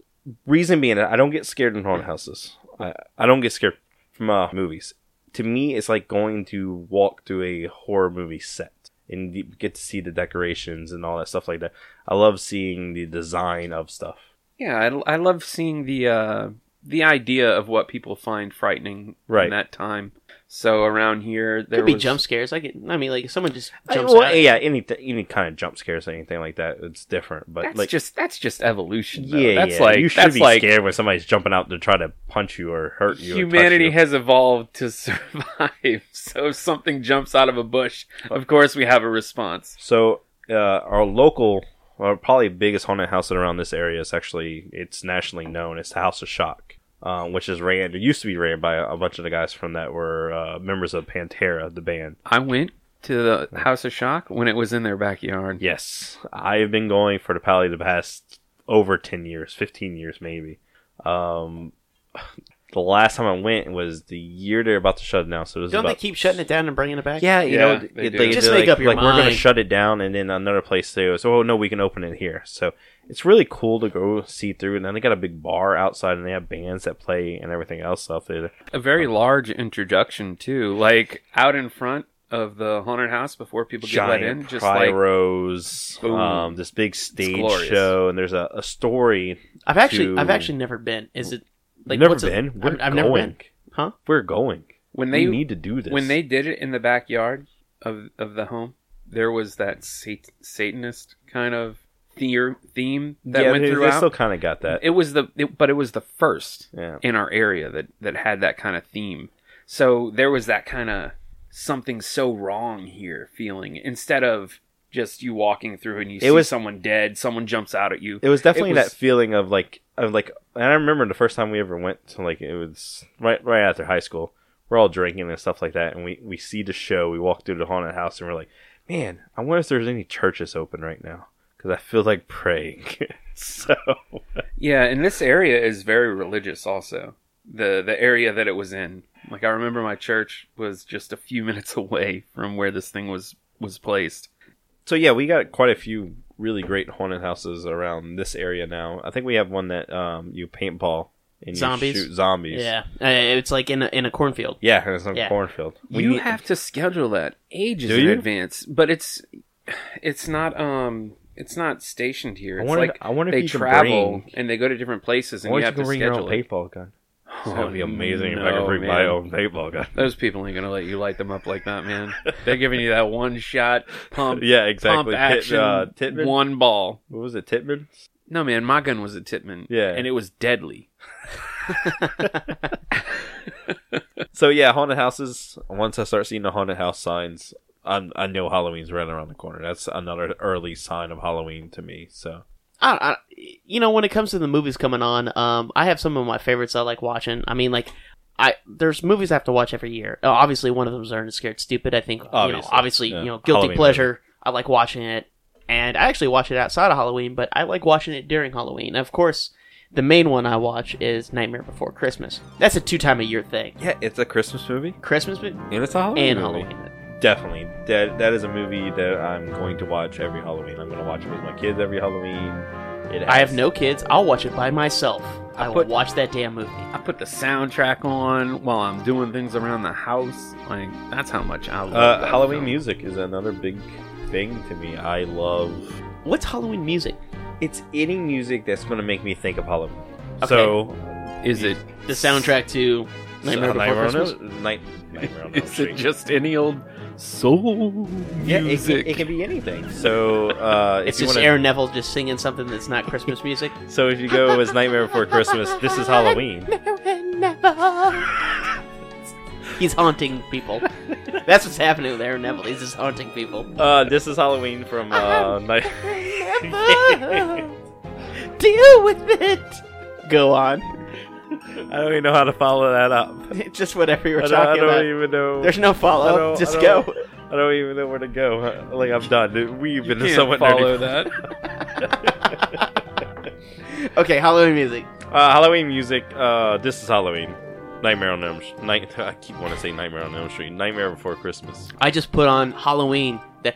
Speaker 1: reason being I don't get scared in haunted houses. I, I don't get scared from uh, movies. To me, it's like going to walk through a horror movie set and you get to see the decorations and all that stuff like that. I love seeing the design of stuff.
Speaker 3: Yeah, I, I love seeing the uh, the idea of what people find frightening
Speaker 1: Right.
Speaker 3: in that time. So around here, there
Speaker 2: Could be
Speaker 3: was-
Speaker 2: jump scares. I get. I mean, like someone just
Speaker 1: I-
Speaker 2: jumps.
Speaker 1: well,
Speaker 2: out.
Speaker 1: yeah, any any kind of jump scares or anything like that, it's different. But
Speaker 3: That's
Speaker 1: like,
Speaker 3: just that's just evolution. Though.
Speaker 1: yeah,
Speaker 3: that's
Speaker 1: yeah,
Speaker 3: like
Speaker 1: you should
Speaker 3: that's
Speaker 1: be
Speaker 3: like
Speaker 1: scared when somebody's jumping out to try to punch you or hurt you.
Speaker 3: humanity
Speaker 1: or touch
Speaker 3: has evolved to survive. So if something jumps out of a bush, of course we have a response.
Speaker 1: you. so uh, our local, or probably biggest haunted house around this area is actually it's nationally known. It's the House of Shock, um, which is ran. It used to be ran by a, a bunch of the guys from that were uh, members of Pantera, the band.
Speaker 3: I went to the House of Shock when it was in their backyard.
Speaker 1: Yes, I have been going for the Pally the past over ten years, fifteen years maybe. Um, the last time I went was the year they're about to shut it down. So it was
Speaker 2: Don't
Speaker 1: about
Speaker 2: they keep shutting it down and bringing it back?
Speaker 1: Yeah, you
Speaker 3: Yeah,
Speaker 1: know,
Speaker 3: they
Speaker 1: it-
Speaker 3: do.
Speaker 1: they-
Speaker 2: Just
Speaker 1: they're
Speaker 2: make
Speaker 1: like,
Speaker 2: up your
Speaker 1: like, we're going to
Speaker 2: mind.
Speaker 1: shut it down, and then another place they was, oh no, we can open it here. So it's really cool to go see through, and then they got a big bar outside, and they have bands that play and everything else out there.
Speaker 3: A very large introduction too, like out in front of the haunted house before people get let in.
Speaker 1: Giant
Speaker 3: Just like
Speaker 1: pyros,
Speaker 3: Boom.
Speaker 1: um, this big stage
Speaker 3: glorious.
Speaker 1: show, and there's a, a story.
Speaker 2: I've actually,
Speaker 1: To-
Speaker 2: I've actually never been. Is it like
Speaker 1: never
Speaker 2: what's a-
Speaker 1: been.
Speaker 2: I'm-
Speaker 1: We're
Speaker 2: I've, never
Speaker 1: going.
Speaker 2: been. Huh?
Speaker 1: We're going.
Speaker 3: when
Speaker 1: They
Speaker 3: they
Speaker 1: need to do this
Speaker 3: when they did it in the backyard of of the home, there was that sat- Satanist kind of theor- theme that
Speaker 1: yeah,
Speaker 3: went
Speaker 1: they,
Speaker 3: throughout.
Speaker 1: They still kind of got that.
Speaker 3: it was the it, but it was the first
Speaker 1: yeah.
Speaker 3: in our area that that had that kind of theme. So there was that kind of something so wrong here feeling instead of just you walking through and you
Speaker 1: It
Speaker 3: see
Speaker 1: was-
Speaker 3: someone dead, someone jumps out at you.
Speaker 1: It was definitely
Speaker 3: It was-
Speaker 1: that feeling of like of like and I remember the first time we ever went to like it was right right after high school. We're all drinking and stuff like that and we we see the show, we walk through the haunted house and we're like, "Man, I wonder if there's any churches open right now cuz I feel like praying." so,
Speaker 3: Yeah, and this area is very religious also. The the area that it was in. Like I remember my church was just a few minutes away from where this thing was was placed.
Speaker 1: so yeah, we got quite a few really great haunted houses around this area now. I think we have one that um you paintball and
Speaker 2: Zombies?
Speaker 1: you shoot zombies.
Speaker 2: Yeah, uh, it's like in a, in a cornfield.
Speaker 1: Yeah, and it's on a
Speaker 2: Yeah.
Speaker 1: cornfield. We
Speaker 3: you
Speaker 1: need-
Speaker 3: have to schedule that ages
Speaker 1: Do
Speaker 3: in
Speaker 1: you?
Speaker 3: advance, but it's it's not um it's not stationed here.
Speaker 1: I
Speaker 3: It's
Speaker 1: wonder-
Speaker 3: like
Speaker 1: I wonder if
Speaker 3: they
Speaker 1: you can
Speaker 3: travel
Speaker 1: bring-
Speaker 3: and they go to different places and
Speaker 1: Why
Speaker 3: you
Speaker 1: don't
Speaker 3: have
Speaker 1: you
Speaker 3: to
Speaker 1: bring your own
Speaker 3: schedule it.
Speaker 1: paintball gun?
Speaker 3: Oh,
Speaker 1: That'd be amazing if I could
Speaker 3: no,
Speaker 1: bring my
Speaker 3: Oh,
Speaker 1: own
Speaker 3: man.
Speaker 1: paintball gun.
Speaker 3: Those people ain't gonna let you light them up like that, man. They're giving you that one shot pump,
Speaker 1: yeah, exactly.
Speaker 3: pump action,
Speaker 1: Tit, uh, Titman.
Speaker 3: one ball.
Speaker 1: What was it, Titman?
Speaker 3: No, man, my gun was a Titman,
Speaker 1: Yeah.
Speaker 3: and it was deadly.
Speaker 1: So yeah, haunted houses. Once I start seeing the haunted house signs, I'm, I know Halloween's right around the corner. That's another early sign of Halloween to me. So
Speaker 2: I, I, you know, when it comes to the movies coming on, um, I have some of my favorites I like watching. I mean, like, I there's movies I have to watch every year. Uh, obviously, one of them is Ernest Scared Stupid. I think, you know,
Speaker 1: Obviously,
Speaker 2: obviously,
Speaker 1: yeah.
Speaker 2: you know, guilty
Speaker 1: Halloween
Speaker 2: pleasure. I like watching it, and I actually watch it outside of Halloween, but I like watching it during Halloween. Of course, the main one I watch is Nightmare Before Christmas. That's a two time a year thing.
Speaker 1: yeah, it's a Christmas movie
Speaker 2: Christmas mo-
Speaker 1: and it's a Halloween
Speaker 2: and
Speaker 1: movie.
Speaker 2: Halloween.
Speaker 1: Definitely, that that is a movie that I'm going to watch every Halloween. I'm going to watch it with my kids every Halloween. It
Speaker 2: I have
Speaker 1: has-
Speaker 2: no kids. I'll watch it by myself.
Speaker 3: I
Speaker 2: I, will
Speaker 3: put-
Speaker 2: watch that damn movie.
Speaker 3: I put the soundtrack on while I'm doing things around the house. Like that's how much I love
Speaker 1: Uh,
Speaker 3: that
Speaker 1: Halloween
Speaker 3: film.
Speaker 1: music is another big thing to me. I love
Speaker 2: What's Halloween music?
Speaker 1: it's any music that's going to make me think of Halloween.
Speaker 2: Okay.
Speaker 1: So
Speaker 3: Is it
Speaker 2: The soundtrack to
Speaker 1: So,
Speaker 2: Nightmare Before
Speaker 1: Nightmare on
Speaker 2: Christmas.
Speaker 1: Elm- Night, Nightmare on Elm
Speaker 3: Is it
Speaker 1: Street.
Speaker 3: just any old soul
Speaker 1: Yeah, it can,
Speaker 3: music?
Speaker 1: it can be anything. So uh,
Speaker 2: It's
Speaker 1: if you
Speaker 2: just
Speaker 1: want
Speaker 2: Aaron Neville just singing something that's not Christmas music.
Speaker 1: so if you go as Nightmare Before Christmas, this is Halloween.
Speaker 2: He's haunting people. That's what's happening with Aaron Neville. He's just haunting people.
Speaker 1: Uh, this is Halloween from uh, Night.
Speaker 2: Deal with it. Go on.
Speaker 1: I don't even know how to follow that up.
Speaker 2: Just whatever you
Speaker 1: I
Speaker 2: were
Speaker 1: don't, I
Speaker 2: talking
Speaker 1: don't
Speaker 2: about.
Speaker 1: even know.
Speaker 2: There's no
Speaker 1: I
Speaker 2: follow.
Speaker 1: don't- I
Speaker 2: Just
Speaker 1: don't-
Speaker 2: go.
Speaker 1: I don't even know where to go. Like I'm done. We've
Speaker 3: You
Speaker 1: been
Speaker 3: can't
Speaker 1: somewhat
Speaker 3: follow
Speaker 1: nerdy.
Speaker 3: that.
Speaker 2: Okay, Halloween music.
Speaker 1: Uh, Halloween music. Uh, this is Halloween. Nightmare on Elm. Sh- Night. I keep wanting to say Nightmare on Elm Street. Nightmare Before Christmas.
Speaker 2: I just put on Halloween. That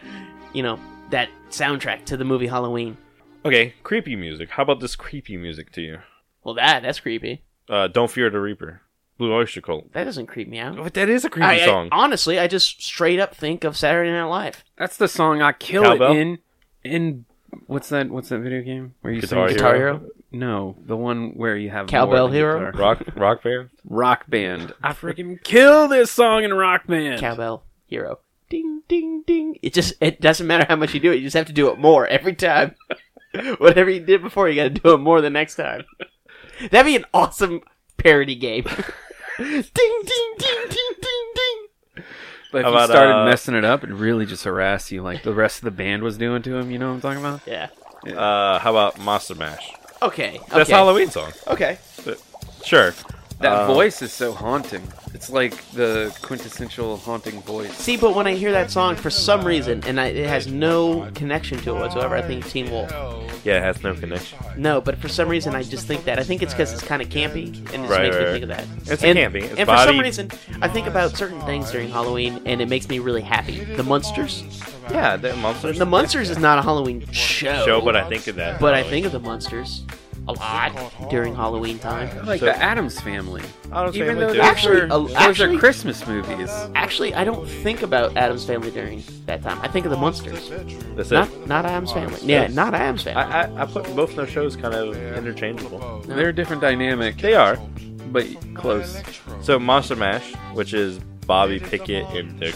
Speaker 2: you know that soundtrack to the movie Halloween.
Speaker 1: Okay, creepy music. How about this creepy music to you?
Speaker 2: Well, that that's creepy.
Speaker 1: Uh, Don't Fear the Reaper, Blue Oyster Cult.
Speaker 2: That doesn't creep me out.
Speaker 1: But that is a creepy
Speaker 2: I- I-
Speaker 1: song.
Speaker 2: honestly, I just straight up think of Saturday Night Live.
Speaker 3: That's the song I kill
Speaker 1: Cowbell?
Speaker 3: it in. In what's that? What's that video game where you
Speaker 1: Guitar
Speaker 3: sing
Speaker 1: Hero.
Speaker 2: Guitar Hero.
Speaker 3: No, the one where you have
Speaker 2: Cowbell
Speaker 3: more than
Speaker 2: Hero?
Speaker 3: guitar.
Speaker 1: Rock rock band.
Speaker 3: Rock Band. I freaking kill this song in Rock Band.
Speaker 2: Cowbell hero. Ding ding ding. It just it doesn't matter how much you do it. You just have to do it more every time. Whatever you did before, you got to do it more the next time. That'd be an awesome parody game. ding ding ding ding ding ding.
Speaker 3: But if
Speaker 1: How about,
Speaker 3: you started
Speaker 1: uh,
Speaker 3: messing it up, it really just harass you like the rest of the band was doing to him. You know what I'm talking about?
Speaker 2: Yeah.
Speaker 1: Uh, how about Monster Mash?
Speaker 2: Okay.
Speaker 1: That's
Speaker 2: okay.
Speaker 1: Halloween song.
Speaker 2: Okay.
Speaker 1: Sure.
Speaker 3: That
Speaker 1: Uh,
Speaker 3: voice is so haunting. It's like the quintessential haunting voice.
Speaker 2: See, but when I hear that song for some reason, and I, it has no connection to it whatsoever, I think Teen Wolf.
Speaker 1: Yeah, it has no connection.
Speaker 2: No, but for some reason, I just think that. I think it's because it's kind of campy, and it just
Speaker 1: Right,
Speaker 2: makes me
Speaker 1: right,
Speaker 2: think of that.
Speaker 1: It's
Speaker 2: and,
Speaker 1: campy. It's
Speaker 2: and for some
Speaker 1: body-
Speaker 2: reason, I think about certain things during Halloween, and it makes me really happy. The Munsters.
Speaker 1: Yeah, the monsters.
Speaker 2: The Munsters is not a Halloween show.
Speaker 1: show, but I think of that.
Speaker 2: but I think of the Munsters a lot during Halloween time.
Speaker 3: Like
Speaker 1: So-
Speaker 3: the Adams Family.
Speaker 1: Adams
Speaker 3: Even
Speaker 1: Family
Speaker 3: though
Speaker 1: too.
Speaker 3: those
Speaker 2: Actually,
Speaker 3: were-
Speaker 2: uh,
Speaker 3: those
Speaker 2: actually-
Speaker 3: are Christmas movies.
Speaker 2: Actually, I don't think about Adam's Family during that time. I think of the Munsters.
Speaker 1: That's it.
Speaker 2: Not not Adam's Family. Yeah, not Adam's Family.
Speaker 1: I, I, I put both those shows kind of interchangeable.
Speaker 3: They're a different dynamic,
Speaker 1: They are.
Speaker 3: but close.
Speaker 1: So Monster Mash, which is Bobby Pickett and the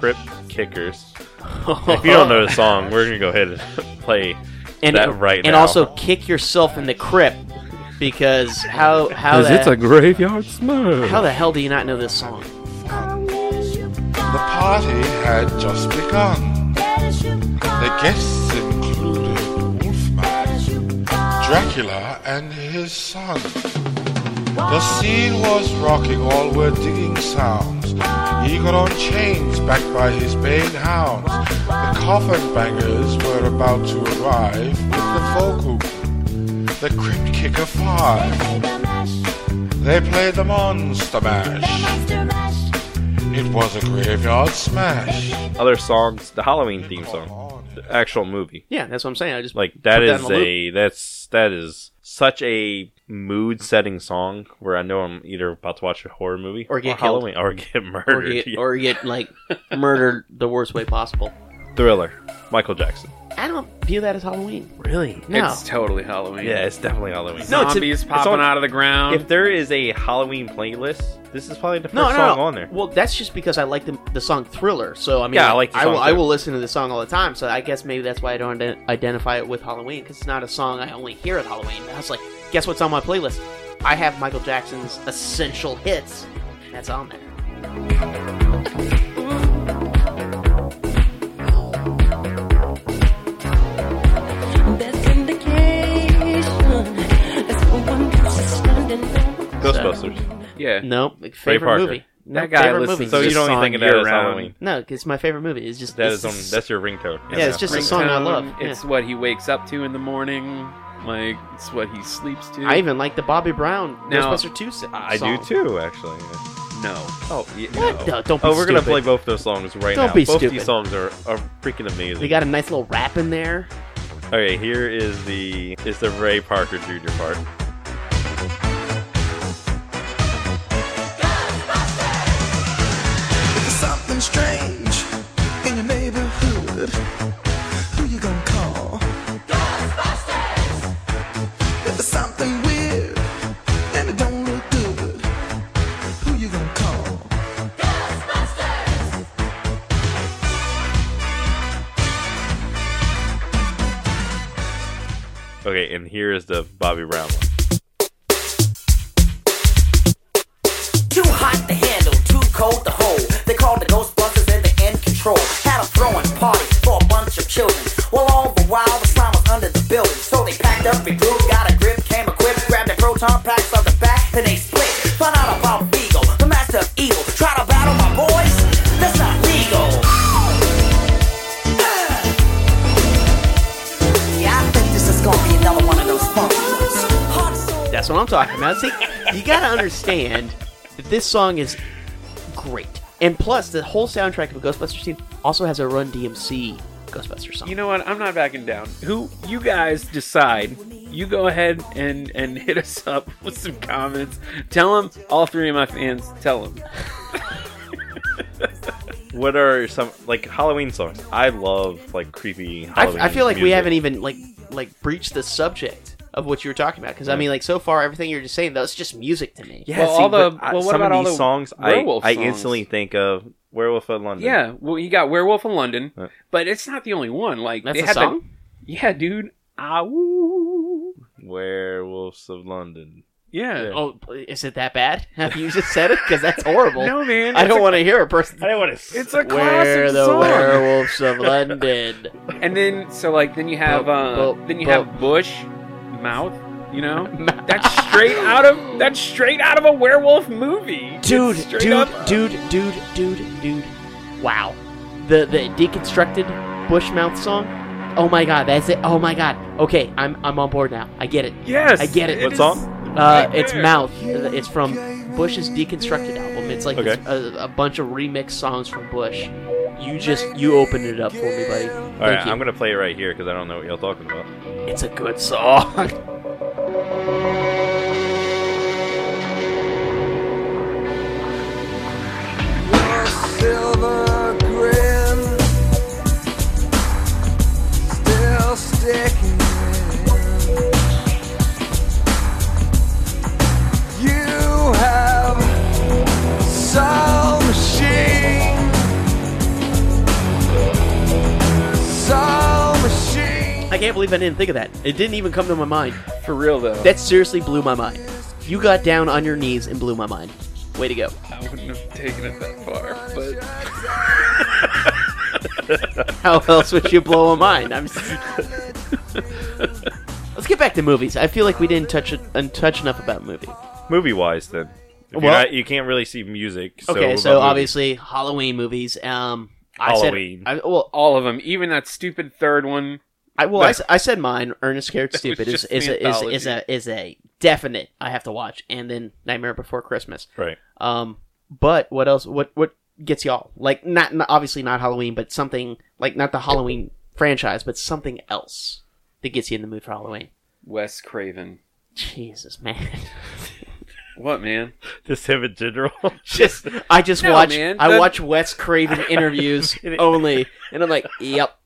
Speaker 1: Crypt Kickers.
Speaker 3: Oh.
Speaker 1: If you don't know the song, we're gonna go ahead and play
Speaker 2: and
Speaker 1: that right
Speaker 2: and
Speaker 1: now.
Speaker 2: also kick yourself in the crypt because how how the,
Speaker 3: graveyard smash.
Speaker 2: how the hell do you not know this song?
Speaker 5: The party had just begun. The guests included Wolfman, Dracula, and his son. The scene was rocking, all were digging sounds. He got on chains, backed by his baying hounds. The coffin bangers were about to arrive with the folk who, the crypt kicker five. They played the monster mash. It was a graveyard smash.
Speaker 1: other songs, the Halloween theme song, the actual movie.
Speaker 2: Yeah, that's what I'm saying. I just
Speaker 1: Like that
Speaker 2: Put that
Speaker 1: is
Speaker 2: in a loop.
Speaker 1: a that's that is such a mood setting song where I know I'm either about to watch a horror movie
Speaker 2: Or get killed.
Speaker 1: Halloween or get murdered.
Speaker 2: or get,
Speaker 1: Yeah.
Speaker 2: or get like murdered the worst way possible.
Speaker 1: Thriller, Michael Jackson.
Speaker 2: I don't view that as Halloween.
Speaker 1: Really?
Speaker 2: No,
Speaker 3: It's totally Halloween.
Speaker 1: Yeah, it's definitely Halloween.
Speaker 2: No, it's a-
Speaker 3: Zombies
Speaker 2: it's
Speaker 3: popping
Speaker 1: on-
Speaker 3: out of the ground.
Speaker 1: If there is a Halloween playlist, this is probably the first
Speaker 2: no, no,
Speaker 1: song
Speaker 2: no.
Speaker 1: on there.
Speaker 2: Well, that's just because I like the the song Thriller. So I mean,
Speaker 1: Yeah, I like the
Speaker 2: I
Speaker 1: song
Speaker 2: will, I
Speaker 1: too.
Speaker 2: will listen to this song all the time. So I guess maybe that's why I don't ident- identify it with Halloween because it's not a song I only hear at Halloween. I was like, guess what's on my playlist? I have Michael Jackson's essential hits. That's on there.
Speaker 6: That's indication. That's what one gets is standing there.
Speaker 1: Ghostbusters.
Speaker 3: yeah.
Speaker 2: No, like, favorite
Speaker 1: Parker.
Speaker 2: movie. No,
Speaker 3: That guy
Speaker 2: favorite
Speaker 3: listens
Speaker 2: movie.
Speaker 1: So
Speaker 3: to
Speaker 1: you
Speaker 3: this
Speaker 1: don't
Speaker 3: song
Speaker 1: think of that as
Speaker 3: year-round.
Speaker 1: Halloween.
Speaker 2: No, it's my favorite movie. It's just
Speaker 1: That
Speaker 2: it's
Speaker 1: is on.
Speaker 2: just-
Speaker 1: That's your ringtone.
Speaker 2: Yeah, it's just a song I
Speaker 3: Ringtone,
Speaker 2: love. Yeah.
Speaker 3: It's what he wakes up to in the morning. Like it's what he sleeps to.
Speaker 2: I even like the Bobby Brown
Speaker 3: Now,
Speaker 2: Ghostbuster Two song.
Speaker 1: I do too, actually.
Speaker 3: no.
Speaker 1: Oh, yeah,
Speaker 2: What? No, don't be
Speaker 1: oh, we're gonna
Speaker 2: stupid.
Speaker 1: play both those songs right
Speaker 2: Don't
Speaker 1: now.
Speaker 2: be
Speaker 1: both
Speaker 2: stupid.
Speaker 1: these songs are, are freaking amazing.
Speaker 2: They got a nice little rap in there.
Speaker 1: Okay, here is the is the Ray Parker Jr. part.
Speaker 7: There's something strange in your neighborhood. Who you gonna call? Ghostbusters! There's something weird and it don't look good. Who you gonna call? Ghostbusters!
Speaker 1: Okay, and here is the Bobby Brown one.
Speaker 8: Too hot to handle, too cold to hold. They called the Ghostbusters and the end control. Had a throwing party for a bunch of children. Well, all the while the slime was under the building. So they packed up, regrouped, got a grip, came equipped, grabbed the proton packs off the back, then they split. Found out about Vigo, the master of evil. Try to battle my boys? That's not legal. Yeah, I think this is gonna be another one of those funky ones. Hot soul.
Speaker 2: That's what I'm talking about. See, you gotta understand that this song is great, and plus the whole soundtrack of Ghostbusters team also has a Run DMC Ghostbusters song.
Speaker 3: You know what? I'm not backing down. Who you guys decide? You go ahead and and hit us up with some comments. Tell them all three of my fans. Tell them.
Speaker 1: What are some like Halloween songs? I love like creepy
Speaker 2: I,
Speaker 1: Halloween.
Speaker 2: I feel like we
Speaker 1: music.
Speaker 2: haven't even like like breached the subject of what you were talking about. Because I mean, like so far, everything you're just saying that's just music to me.
Speaker 1: Yeah,
Speaker 3: Well,
Speaker 1: see,
Speaker 3: all the-
Speaker 1: but I-
Speaker 3: well, what
Speaker 1: some
Speaker 3: about all
Speaker 1: of these
Speaker 3: the
Speaker 1: songs, I,
Speaker 3: werewolf
Speaker 1: I
Speaker 3: songs?
Speaker 1: instantly think of Werewolf of London.
Speaker 3: Yeah, well, you got Werewolf in London,
Speaker 1: Uh.
Speaker 3: but it's not the only one. Like
Speaker 2: That's
Speaker 3: they
Speaker 2: a
Speaker 3: had the-
Speaker 2: song.
Speaker 3: yeah, dude. Ah, woo.
Speaker 1: Werewolves of London.
Speaker 3: Yeah.
Speaker 2: Oh, is it that bad? Have you just said it? Because that's horrible.
Speaker 3: No, man.
Speaker 2: I
Speaker 3: it's
Speaker 2: don't
Speaker 3: a-
Speaker 2: want to hear a person.
Speaker 1: I didn't want to.
Speaker 3: It's a
Speaker 2: We're
Speaker 3: classic
Speaker 2: the
Speaker 3: song.
Speaker 2: werewolves of London.
Speaker 3: And then, so like, then you have, uh,
Speaker 2: Bo- bo-
Speaker 3: then you
Speaker 2: bo-
Speaker 3: have Bush, mouth. You know, that's straight out of that's straight out of a werewolf movie, It's
Speaker 2: dude,
Speaker 3: straight
Speaker 2: dude,
Speaker 3: up-
Speaker 2: dude, dude, dude, dude. Wow. The the deconstructed Bushmouth song. Oh my god, that's it. Oh my god. Okay, I'm I'm on board now. I get it.
Speaker 3: Yes,
Speaker 2: I get it.
Speaker 1: What
Speaker 3: is-
Speaker 1: song?
Speaker 2: Uh, it's
Speaker 3: there.
Speaker 2: Mouth. It's from Bush's Deconstructed album. It's like
Speaker 1: Okay.
Speaker 2: this- a, a bunch of remix songs from Bush. You just you opened it up for me, buddy. Thank
Speaker 1: All right,
Speaker 2: you.
Speaker 1: I'm gonna play it right here because I don't know what y'all talking about.
Speaker 2: It's a good song.
Speaker 7: silver grin still sticking. You have some machine, some machine.
Speaker 2: I can't believe I didn't think of that. It didn't even come to my mind.
Speaker 3: for real though.
Speaker 2: That seriously blew my mind. You got down on your knees and blew my mind. Way to go.
Speaker 3: I wouldn't have taken it that far, but
Speaker 2: How else would you blow a mind? I'm. s- Let's get back to movies. I feel like we didn't touch and touch enough about movies.
Speaker 1: Movie wise, then. If you're
Speaker 2: Well-
Speaker 1: not, you can't really see music. So
Speaker 2: Okay,
Speaker 1: what
Speaker 2: so
Speaker 1: about movies?
Speaker 2: obviously Halloween movies. Um, I
Speaker 1: Halloween.
Speaker 2: Said, I, well,
Speaker 3: all of them, even that stupid third one.
Speaker 2: I well, I, s- I said mine. Ernest Scared Stupid is
Speaker 3: just
Speaker 2: is
Speaker 3: the
Speaker 2: a, is
Speaker 3: anthology.
Speaker 2: is a is a definite. I have to watch, and then Nightmare Before Christmas.
Speaker 1: right.
Speaker 2: Um, but what else? What what gets y'all? Like not, not obviously not Halloween, but something like not the Halloween franchise, but something else that gets you in the mood for Halloween.
Speaker 3: Wes Craven.
Speaker 2: Jesus man,
Speaker 3: What man?
Speaker 1: Just him in general.
Speaker 2: just I just
Speaker 3: No,
Speaker 2: watch
Speaker 3: man,
Speaker 2: I
Speaker 3: that-
Speaker 2: watch Wes Craven interviews only, and I'm like, yep,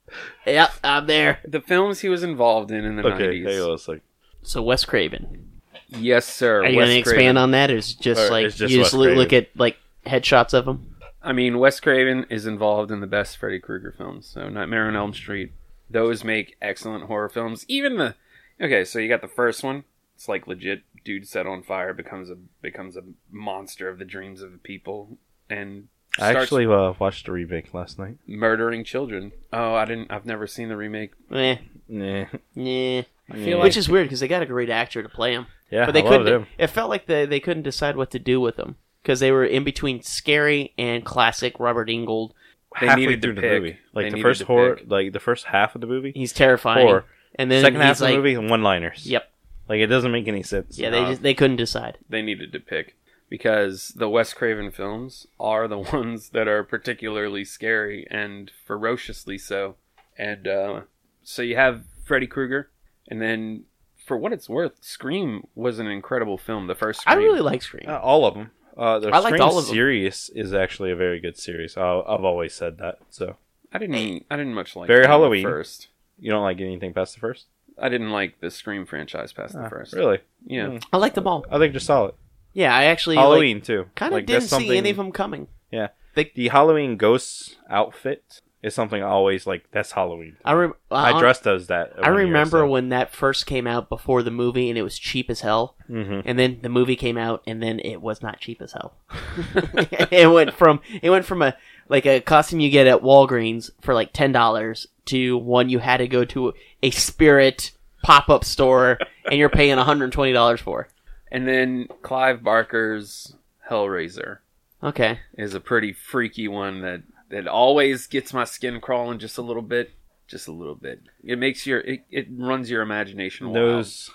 Speaker 2: yep, I'm there.
Speaker 3: The films he was involved in in the
Speaker 1: okay, uh, hang on
Speaker 3: nineties.
Speaker 1: a second.
Speaker 2: So Wes Craven,
Speaker 3: Yes, sir.
Speaker 2: are you
Speaker 3: Wes
Speaker 2: gonna
Speaker 3: Craven.
Speaker 2: expand on that, or is it just
Speaker 1: Or
Speaker 2: like
Speaker 1: it's just
Speaker 2: you just
Speaker 1: Wes
Speaker 2: loo-
Speaker 1: Craven?
Speaker 2: look at like headshots of him?
Speaker 3: I mean, Wes Craven is involved in the best Freddy Krueger films, so Nightmare on Elm Street. Those make excellent horror films. Even the okay, so you got the first one. It's like legit. Dude set on fire becomes a becomes a monster of the dreams of the people and
Speaker 1: I
Speaker 3: starts
Speaker 1: actually uh, watched the remake last night.
Speaker 3: murdering children. Oh, I didn't. I've never seen the remake.
Speaker 2: Eh,
Speaker 1: Yeah.
Speaker 2: yeah.
Speaker 3: feel
Speaker 2: Which is weird because they got a great actor to play him.
Speaker 1: Yeah,
Speaker 2: but they
Speaker 1: I loved
Speaker 2: couldn't.
Speaker 1: him.
Speaker 2: It felt like they, they couldn't decide what to do with them because they were in between scary and classic Robert Ingold.
Speaker 3: They
Speaker 1: Halfway
Speaker 3: needed to
Speaker 1: through the
Speaker 3: pick.
Speaker 1: movie,
Speaker 3: They
Speaker 1: like the
Speaker 3: needed
Speaker 1: first
Speaker 3: to
Speaker 1: horror,
Speaker 3: pick.
Speaker 1: like the first half of the movie,
Speaker 2: He's terrifying.
Speaker 1: Horror.
Speaker 2: And then
Speaker 1: second
Speaker 2: he's
Speaker 1: half of the
Speaker 2: like,
Speaker 1: movie, one liners.
Speaker 2: Yep.
Speaker 1: Like it doesn't make any sense.
Speaker 2: Yeah, they
Speaker 3: Uh,
Speaker 2: just they couldn't decide.
Speaker 3: They needed to pick because the Wes Craven films are the ones that are particularly scary and ferociously so. And uh, so you have Freddy Krueger, and then for what it's worth, Scream was an incredible film. The first
Speaker 2: I
Speaker 3: Scream.
Speaker 2: really like Scream.
Speaker 3: Oh.
Speaker 1: Uh, all of them. Uh, the
Speaker 2: I liked
Speaker 1: Scream
Speaker 2: all of 'em.
Speaker 1: series is actually a very good series. i I've always said that. So
Speaker 3: I didn't. I didn't much like
Speaker 1: Very
Speaker 3: Scream at
Speaker 1: Halloween.
Speaker 3: first.
Speaker 1: you don't like anything past the first?
Speaker 3: I didn't like the Scream franchise past the first.
Speaker 1: Ah, Really?
Speaker 3: Yeah.
Speaker 1: Hmm.
Speaker 2: I like them all.
Speaker 3: Oh.
Speaker 1: I think they're solid.
Speaker 2: Yeah, I actually
Speaker 1: Halloween too.
Speaker 2: kind of
Speaker 1: Like, that's
Speaker 2: didn't see any of them coming.
Speaker 1: Yeah.
Speaker 2: They-
Speaker 1: the Halloween ghost outfit is something I always like. That's Halloween.
Speaker 2: I rem-
Speaker 1: I dressed as that.
Speaker 2: Uh, I remember when that first came out before the movie, and it was cheap as hell.
Speaker 1: hmm
Speaker 2: and then the movie came out and then it was not cheap as hell it went from it went from a like a costume you get at walgreens for like ten dollars to one you had to go to a spirit pop-up store and you're paying $120 for
Speaker 3: And then Clive Barker's Hellraiser
Speaker 2: okay
Speaker 3: is a pretty freaky one that that always gets my skin crawling just a little bit, just a little bit. It makes your it, it runs your imagination wild
Speaker 1: Those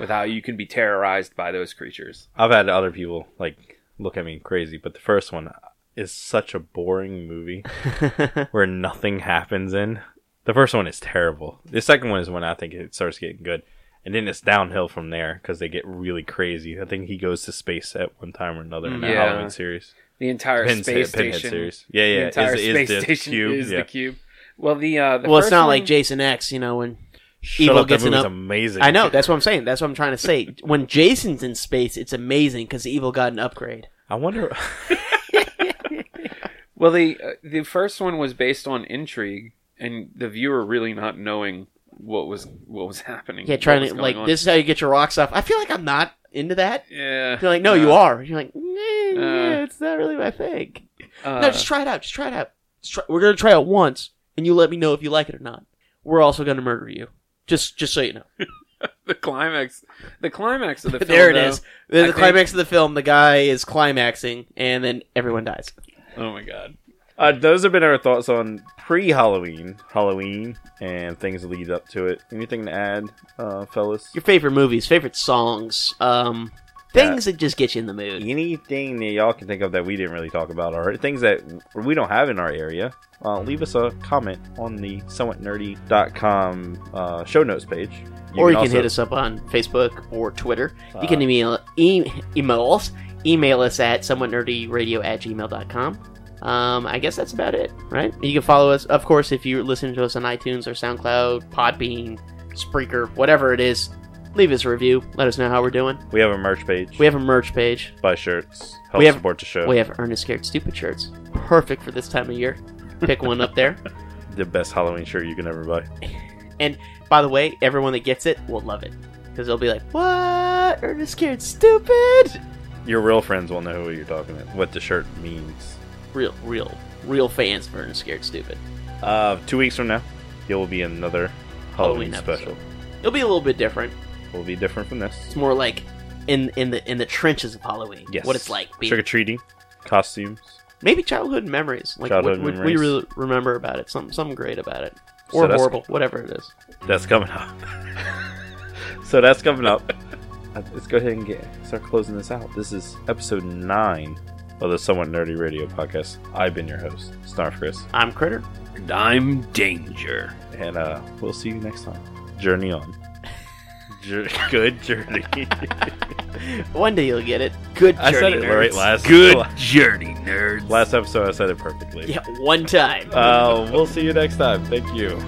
Speaker 3: with how you can be terrorized by those creatures.
Speaker 1: I've had other people like look at me crazy, but the first one is such a boring movie where nothing happens in. The first one is terrible. The second one is when I think it starts getting good. And then it's downhill from there because they get really crazy. I think he goes to space at one time or another in the
Speaker 3: Yeah.
Speaker 1: Halloween series.
Speaker 3: The entire
Speaker 1: Pinhead-
Speaker 3: space
Speaker 1: Pinhead
Speaker 3: station,
Speaker 1: series. Yeah, yeah.
Speaker 3: the entire
Speaker 1: is,
Speaker 3: space
Speaker 1: is the
Speaker 3: station
Speaker 1: cube.
Speaker 3: is
Speaker 1: yeah.
Speaker 3: the cube. Well, the uh, the
Speaker 2: well it's
Speaker 3: first
Speaker 2: not
Speaker 3: one-
Speaker 2: like jason x you know when
Speaker 1: Shut
Speaker 2: Evil
Speaker 1: up,
Speaker 2: gets
Speaker 1: that movie's
Speaker 2: enough-
Speaker 1: amazing.
Speaker 2: I know. That's what I'm saying. That's what I'm trying to say. When Jason's in space, it's amazing because evil got an upgrade.
Speaker 1: I wonder.
Speaker 3: Well, the uh, the first one was based on intrigue and the viewer really not knowing what was what was happening.
Speaker 2: Yeah,
Speaker 3: what
Speaker 2: trying
Speaker 3: was
Speaker 2: to
Speaker 3: going
Speaker 2: like
Speaker 3: on.
Speaker 2: this is how you get your rocks off. I feel like I'm not into that.
Speaker 3: Yeah,
Speaker 2: You're like, no, you are. You're like, "Nah,
Speaker 3: Uh.
Speaker 2: yeah, it's not really my thing.
Speaker 3: Uh,
Speaker 2: no, just try it out. Just try it out. Just try- we're gonna try it once, and you let me know if you like it or not. We're also gonna murder you. Just, just so you know.
Speaker 3: the climax. The climax of the film.
Speaker 2: there it
Speaker 3: though-
Speaker 2: is. The,
Speaker 3: I
Speaker 2: the
Speaker 3: think-
Speaker 2: climax of the film. The guy is climaxing, and then everyone dies.
Speaker 3: Oh my god.
Speaker 1: Uh, those have been our thoughts on pre-Halloween, Halloween, and things that lead up to it. Anything to add, uh, fellas?
Speaker 2: Your favorite movies, favorite songs, um, things that just get you in the mood.
Speaker 1: Anything that y'all can think of that we didn't really talk about, or things that we don't have in our area, uh, leave us a comment on the somewhatnerdy.com uh, show notes page.
Speaker 2: or you can
Speaker 1: also-
Speaker 2: hit us up on Facebook or Twitter. you can email e- email us email us at somewhatnerdyradio at gmail.com. Um, I guess that's about it, right? You can follow us, of course, if you're listening to us on iTunes or SoundCloud, Podbean, Spreaker, whatever it is. Leave us a review. Let us know how we're doing.
Speaker 1: We have a merch page.
Speaker 2: We have a merch page.
Speaker 1: buy shirts. Help
Speaker 2: We have-
Speaker 1: support the show.
Speaker 2: We have Ernest Scared Stupid shirts. Perfect for this time of year. Pick one up there.
Speaker 1: the best Halloween shirt you can ever buy.
Speaker 2: And by the way, everyone that gets it will love it. Because they'll be like, what? Ernest Scared Stupid?
Speaker 1: Your real friends will know who you're talking to. What the shirt means.
Speaker 2: real, real, real fans for Ernest Scared Stupid.
Speaker 1: Uh, two weeks from now, it will be another Halloween,
Speaker 2: Halloween episode.
Speaker 1: special.
Speaker 2: It'll be a little bit different.
Speaker 1: Will be different from this.
Speaker 2: It's more like in in the in the trenches of Halloween.
Speaker 1: Yes.
Speaker 2: What it's like. Being,
Speaker 1: Trick or treating, costumes.
Speaker 2: maybe childhood memories. Like
Speaker 1: Childhood
Speaker 2: what, what
Speaker 1: memories.
Speaker 2: we really remember about it. Something something great about it.
Speaker 1: So
Speaker 2: Or
Speaker 1: that's-
Speaker 2: horrible, whatever it is.
Speaker 1: That's coming up. so that's coming up. Uh, Let's go ahead and get start closing this out. This is episode nine of the Somewhat Nerdy Radio podcast. I've been your host, Snarf Chris,
Speaker 2: I'm Critter.
Speaker 3: And I'm danger.
Speaker 1: and uh, we'll see you next time. Journey on. Jour- good journey.
Speaker 2: One day you'll get it. Good journey.
Speaker 1: I said it right
Speaker 2: nerds.
Speaker 1: last.
Speaker 3: journey, nerds.
Speaker 1: Last episode, I said it perfectly.
Speaker 2: Yeah, one time.
Speaker 1: Uh, we'll see you next time. Thank you.